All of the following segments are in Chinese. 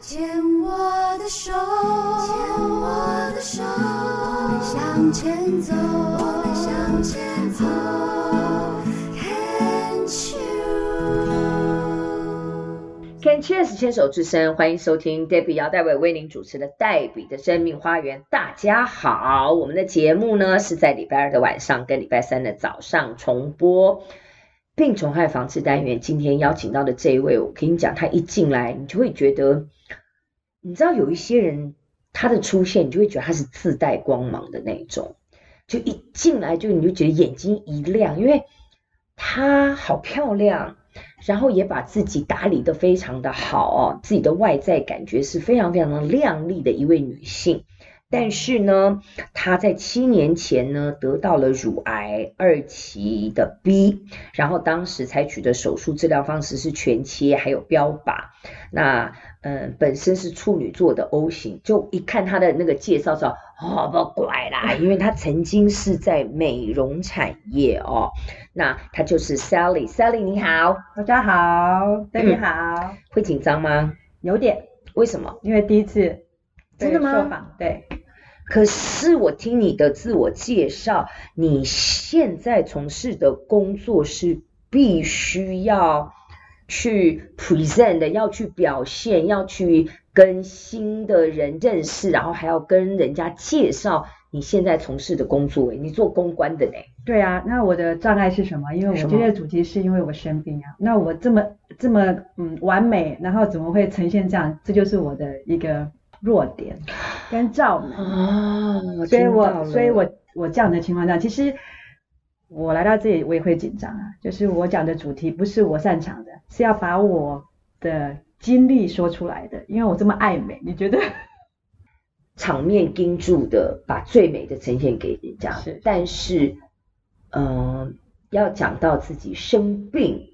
牵我的手，牵我的手，我们向前走，我们向前走。Can't you？ Can Cheers 牵手之声，欢迎收听 Debbie 姚代伟为您主持的《黛比的生命花园》。大家好，我们的节目呢是在礼拜二的晚上跟礼拜三的早上重播。病虫害防治单元今天邀请到的这一位，我跟你讲，他一进来，你就会觉得，你知道有一些人他的出现，你就会觉得他是自带光芒的那一种，就一进来就你就觉得眼睛一亮，因为她好漂亮，啊然后也把自己打理的非常的好哦，自己的外在感觉是非常非常的靓丽的一位女性。但是呢，她在七年前呢得到了乳癌二期的 B，然后当时采取的手术治疗方式是全切，还有标靶。那嗯，本身是处女座的 O 型，就一看她的那个介绍说，哦不怪啦，因为她曾经是在美容产业哦。那她就是 Sally，Sally 你好，大家好，大家好，会紧张吗？有点，为什么？因为第一次真的被吗受访对，可是我听你的自我介绍，你现在从事的工作是必须要去 present 的，要去表现，要去跟新的人认识，然后还要跟人家介绍你现在从事的工作。你做公关的嘞，对啊，那我的障碍是什么？因为我什么今天的主题是因为我生病啊。那我这么这么嗯完美，然后怎么会呈现这样？这就是我的一个弱点 跟罩门。哦，所以我所以我我这样的情况下，其实我来到这里我也会紧张啊，就是我讲的主题不是我擅长的，是要把我的经历说出来的，因为我这么爱美，你觉得？场面盯住的，把最美的呈现给人家。是但是，嗯、要讲到自己生病，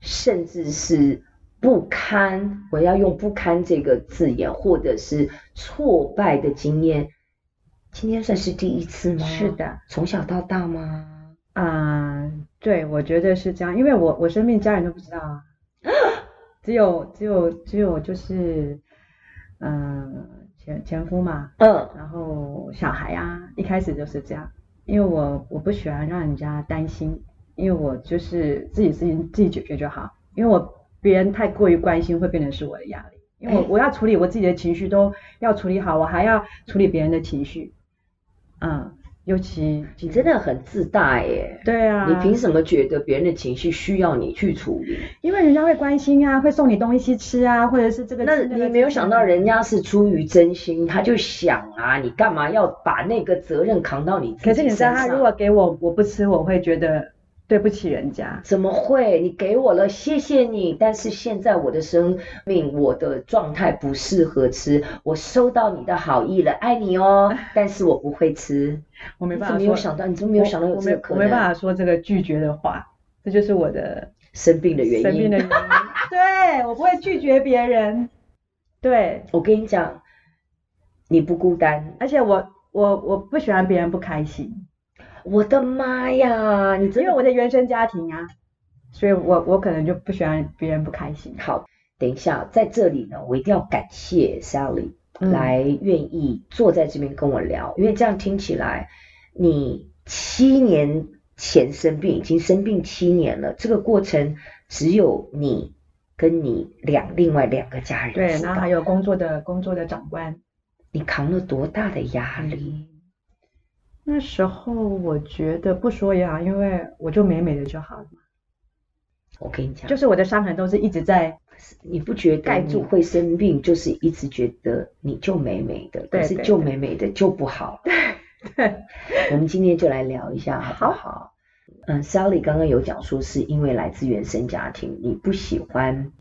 甚至是不堪，我要用“不堪”这个字眼，或者是挫败的经验，今天算是第一次吗？是，的，从小到大吗？啊、对，我觉得是这样，因为我我生病，家人都不知道啊， 只有只有只有就是，嗯、前前夫嘛，嗯，然后小孩啊，一开始就是这样，因为我我不喜欢让人家担心，因为我就是自己事情自己解决就好，因为我别人太过于关心会变成是我的压力，因为我哎我要处理我自己的情绪都要处理好，我还要处理别人的情绪，嗯，尤其你真的很自大耶。对啊，你凭什么觉得别人的情绪需要你去处理？因为人家会关心啊，会送你东西吃啊，或者是这个。那吃个嗯你没有吃那想个到人家是出于真心，他就想啊，你干嘛要把那个责任扛到你可自是己你身知道，上？他如果给我，我不吃，我会觉得对不起人家。怎么会？你给我了，谢谢你，但是现在我的生命，我的状态不适合吃。我收到你的好意了，爱你 哦，但是我不会吃。我没你办怎么法说，没有想到？你怎么没有想到有我这没个可我能？没办法说这个拒绝的话，这就是我的生病的原因。生病 的原因。对我不会拒绝别人，对，我跟你讲，你不孤单。而且我我我不喜欢别人不开心，我的妈呀，你真因的为我的原生家庭啊，所以我我可能就不喜欢别人不开心。好，等一下，在这里呢，我一定要感谢 Sally、嗯来愿意坐在这边跟我聊，因为这样听起来，你七年前生病，已经生病七年了，这个过程只有你跟你两另外两个家人对，知然后道还，有工作的工作的长官。你扛了多大的压嗯力？那时候我觉得不说也好，因为我就美美的就好了嘛。我跟你讲，就是我的伤痕都是一直在，你不觉得盖你住会生病，就是一直觉得你就美美的，对可是对就对美美的就不好。对对， 我们今天就来聊一下好不好？嗯，Sally 刚刚有讲说是因为来自原生家庭，你不喜欢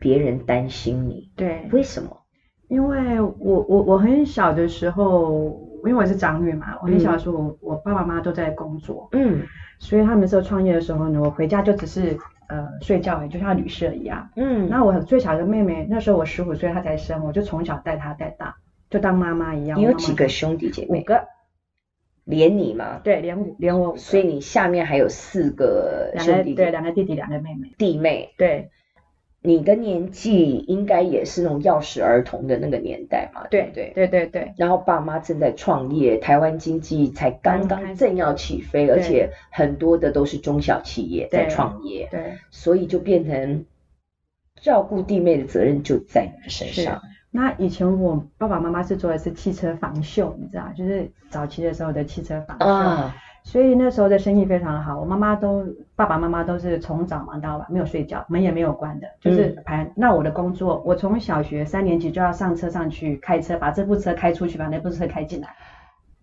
别人担心你，对，为什么？因为我我我很小的时候，因为我是长女嘛，我很小的时候，我我爸爸妈妈都在工作，嗯所以他们那时候创业的时候呢，我回家就只是呃睡觉而已，就像旅社一样。嗯那我最小的妹妹那时候我十五岁，她才生，我就从小带她带大，就当妈妈一样。你有我妈妈几个？兄弟姐五妹？个，连你吗？对，连我连我五个，所以你下面还有四个两兄个弟对姐两个弟弟，两个妹妹，弟妹，对。你的年纪应该也是那种钥匙儿童的那个年代嘛，对对不对。对对对，然后爸妈正在创业，台湾经济才刚刚开刚始正要起飞，而且很多的都是中小企业在对创业，对，所以就变成照顾弟妹的责任就在你的身上。那以前我爸爸妈妈是做的是汽车防锈，你知道，就是早期的时候的汽车防锈，啊，所以那时候的生意非常好。我妈妈都爸爸妈妈都是从早忙到晚，没有睡觉，门也没有关的，就是嗯排。那我的工作，我从小学三年级就要上车上去开车，把这部车开出去，把那部车开进来。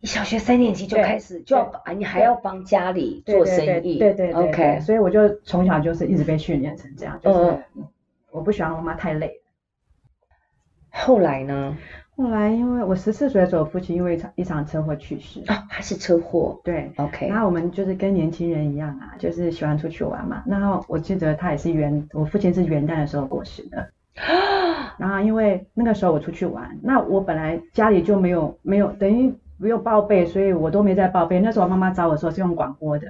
你小学三年级就对开始就要把，你还要帮家里对做对生意，对对对对 OK，所以我就从小就是一直被训练成这样，就是、嗯我不喜欢我妈太累。后来呢？后来因为我十四岁的时候，我父亲因为一场一场车祸去世。啊，他是车祸对， ，OK，然后我们就是跟年轻人一样啊，就是喜欢出去玩嘛。然后我记得他也是元，我父亲是元旦的时候过世的。然后因为那个时候我出去玩，那我本来家里就没有没有等于没有报备，所以我都没在报备。那时候我妈妈找我说是用广播的，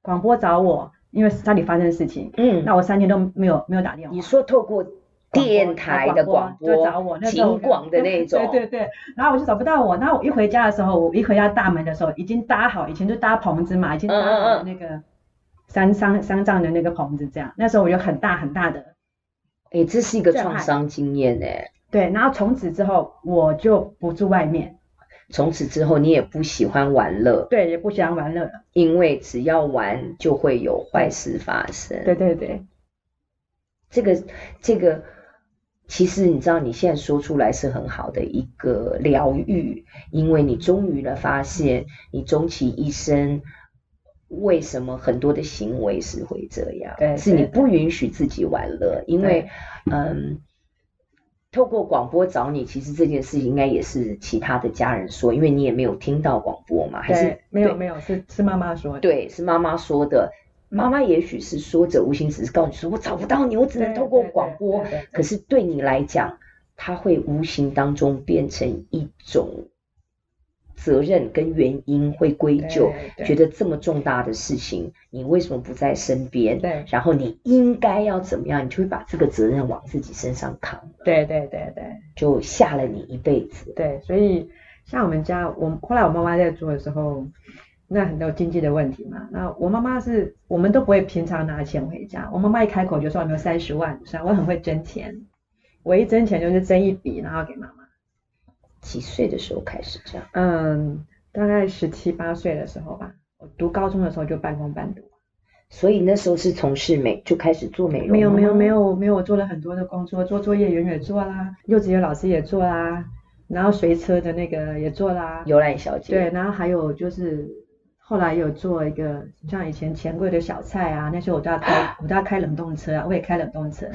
广播找我，因为家里发生事情，嗯，那我三天都没有没有打电话。你说透过电台的广播，就找我，那时候我警广的那种， 对对对。然后我就找不到我，然后我一回家的时候，我一回家大门的时候，已经搭好，以前就搭棚子嘛，已经搭好了那个三三三丈的那个棚子，这样。那时候我有很大很大的哎、这是一个震撼创伤经验哎、对，然后从此之后我就不住外面，从此之后，你也不喜欢玩乐，对，也不喜欢玩乐了。因为只要玩就会有坏事发生。对，对对这个这个，其实你知道，你现在说出来是很好的一个疗愈，因为你终于呢发现，你终其一生为什么很多的行为是会这样，对是你对对不允许自己玩乐，因为嗯。透过广播找你，其实这件事情应该也是其他的家人说，因为你也没有听到广播嘛，还是对，没有对没有，是是妈妈说的。对，是妈妈说的。妈妈也许是说者无心，只是告诉你说我找不到你，我只对，能透过对广播。。对对对可是对你来讲，它会无形当中变成一种责任跟原因，会归咎，对觉得这么重大的事情，你为什么不在身边？对然后你应该要怎么样？你就会把这个责任往自己身上扛，对对对对。就吓了你一辈子。对，所以像我们家，我后来我妈妈在做的时候，那很多经济的问题嘛。那我妈妈是我们都不会平常拿钱回家，我妈妈一开口就说有没有三十万以上，我很会争钱，我一争钱就是争一笔，然后给妈妈。几岁的时候开始这样？嗯，大概十七八岁的时候吧，我读高中的时候就半工半读。所以那时候是从事美，就开始做美容没有没有吗没有没有，我做了很多的工作，做作业员也做啦，幼稚园老师也做啦，然后随车的那个也做啦，游览小姐。对，然后还有就是后来有做一个像以前钱柜的小菜啊，那时候我都要开，我都要开冷冻车啊，我也开冷冻车，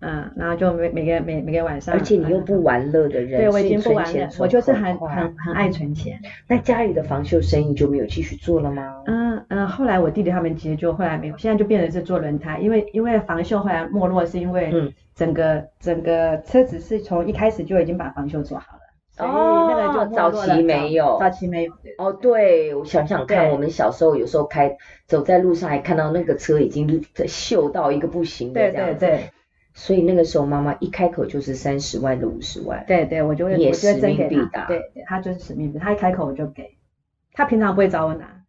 嗯，然后就每每个每每个晚上，而且你又不玩乐的人，对我所已以经不存玩钱了，存我就是款很快啊很很爱存钱。那家里的防锈生意就没有继续做了吗？嗯嗯，后来我弟弟他们其实就后来没有，现在就变成是做轮胎，因为因为防锈后来没落是因嗯为整个、整个车子是从一开始就已经把防锈做好了，所以那个就哦没早落期了没有早期没有，对哦，对，我想想看，对我们小时候有时候开走在路上，还看到那个车已经锈到一个不行的对这样对子。对。所以那个时候妈妈一开口就是三十万的五十万，对对，我就会你也我就会使真命给必他，达对对，他就是使命必达，他一开口我就给，他平常不会找我拿，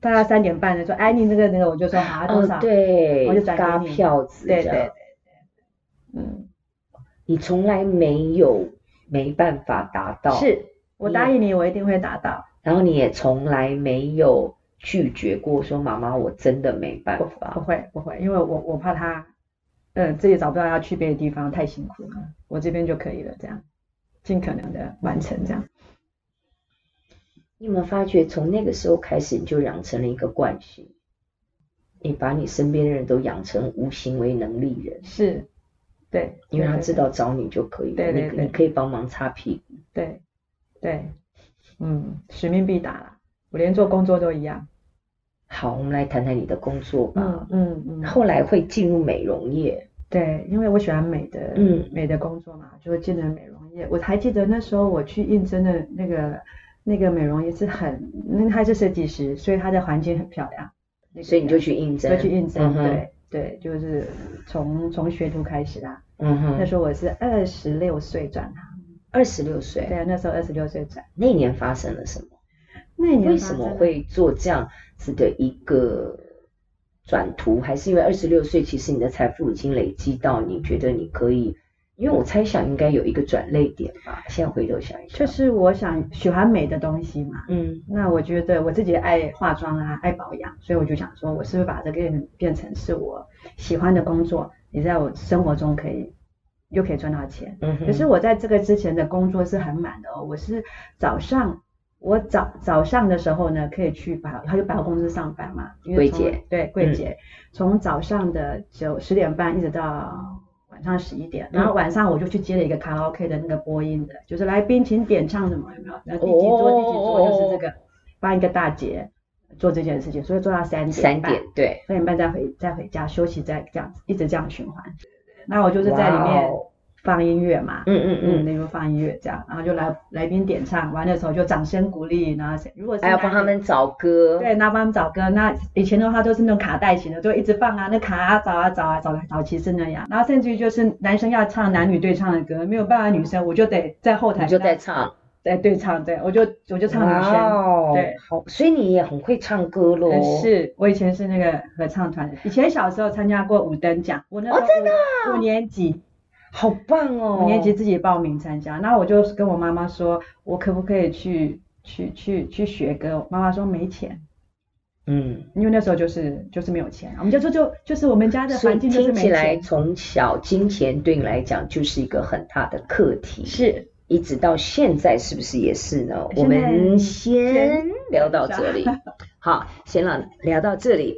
大概三点半的说，哎，你那个那个，我就说好、啊、多少，嗯，对，我就转给嘎你票子对这对样对，对嗯，你从来没有没办法达到，，是我你答也应你，我一定会达到，然后你也从来没有拒绝过说妈妈，我真的没办不法，不会不会，因为我我怕他，呃，自己找不到要去别的地方太辛苦了，我这边就可以了，这样尽可能的完成这样。你有没有发觉，从那个时候开始，你就养成了一个惯性，你把你身边的人都养成无行为能力人，是，对，因为他对知，道找你就可以了，对对你对你可以帮忙擦屁股。对对对，嗯，使命必达啦，我连做工作都一样，好，我们来谈谈你的工作吧。嗯嗯嗯，后来会进入美容业，对，因为我喜欢美的，嗯美的工作嘛，就是进了美容业。我还记得那时候我去应征的那个那个美容业是很，那他是设计师，所以他的环境很漂亮，所以你就去应就征，去应征，嗯哼对。对，就是从从学徒开始啦。嗯那哼，时候我是二十六岁转行，二十六岁，对，那时候二十六岁转。那年发生了什么？那一年为发什么生啊会做这样子的一个转图？还是因为二十六岁，其实你的财富已经累积到你觉得你可以？因为我猜想应该有一个转类点吧。现在回头想一想，就是我想喜欢美的东西嘛。嗯那我觉得我自己爱化妆啊，爱保养，所以我就想说，我是不是把这个变成是我喜欢的工作，你在我生活中可以又可以赚到钱。嗯可是我在这个之前的工作是很满的哦，我是早上。我早早上的时候呢，可以去百，他就百货公司上班嘛，因柜为从姐对嗯柜姐，从早上的九十点半一直到晚上十一点，嗯然后晚上我就去接了一个卡拉 OK 的那个播音的，就是来宾请点唱什么有没有？那第几桌第几桌就是哦这个，帮一个大姐做这件事情，所以做到三点三半点对，三点半再回再回家休息，再这样子一直这样循环。那我就是在里面哇哦放音乐嘛，嗯嗯嗯，嗯，例如放音乐这样，然后就来来宾点唱，完的时候就掌声鼓励，然后如果是还要帮他们找歌，对，那帮他们找歌。那以前的话都是那种卡带型的，就一直放啊，那卡啊找啊找啊找来找去是那样。然后甚至于就是男生要唱男女对唱的歌，没有办法，女生我嗯就得啊在后台你就跟他在唱，在对唱，对我就我就唱女生。哇哦对，好，所以你也很会唱歌喽呃。是我以前是那个合唱团的，以前小时候参加过五等奖，我那时哦候五、五年级，好棒哦！五年级自己报名参加，然后我就跟我妈妈说，我可不可以去去去去学歌？我妈妈说没钱，嗯，因为那时候就是就是没有钱，啊我们就就就就是我们家的所以环境就是听没起来钱，从小金钱对你来讲就是一个很大的课题。是一直到现在是不是也是呢？现在我们先聊到先这里，好，先让聊到这里。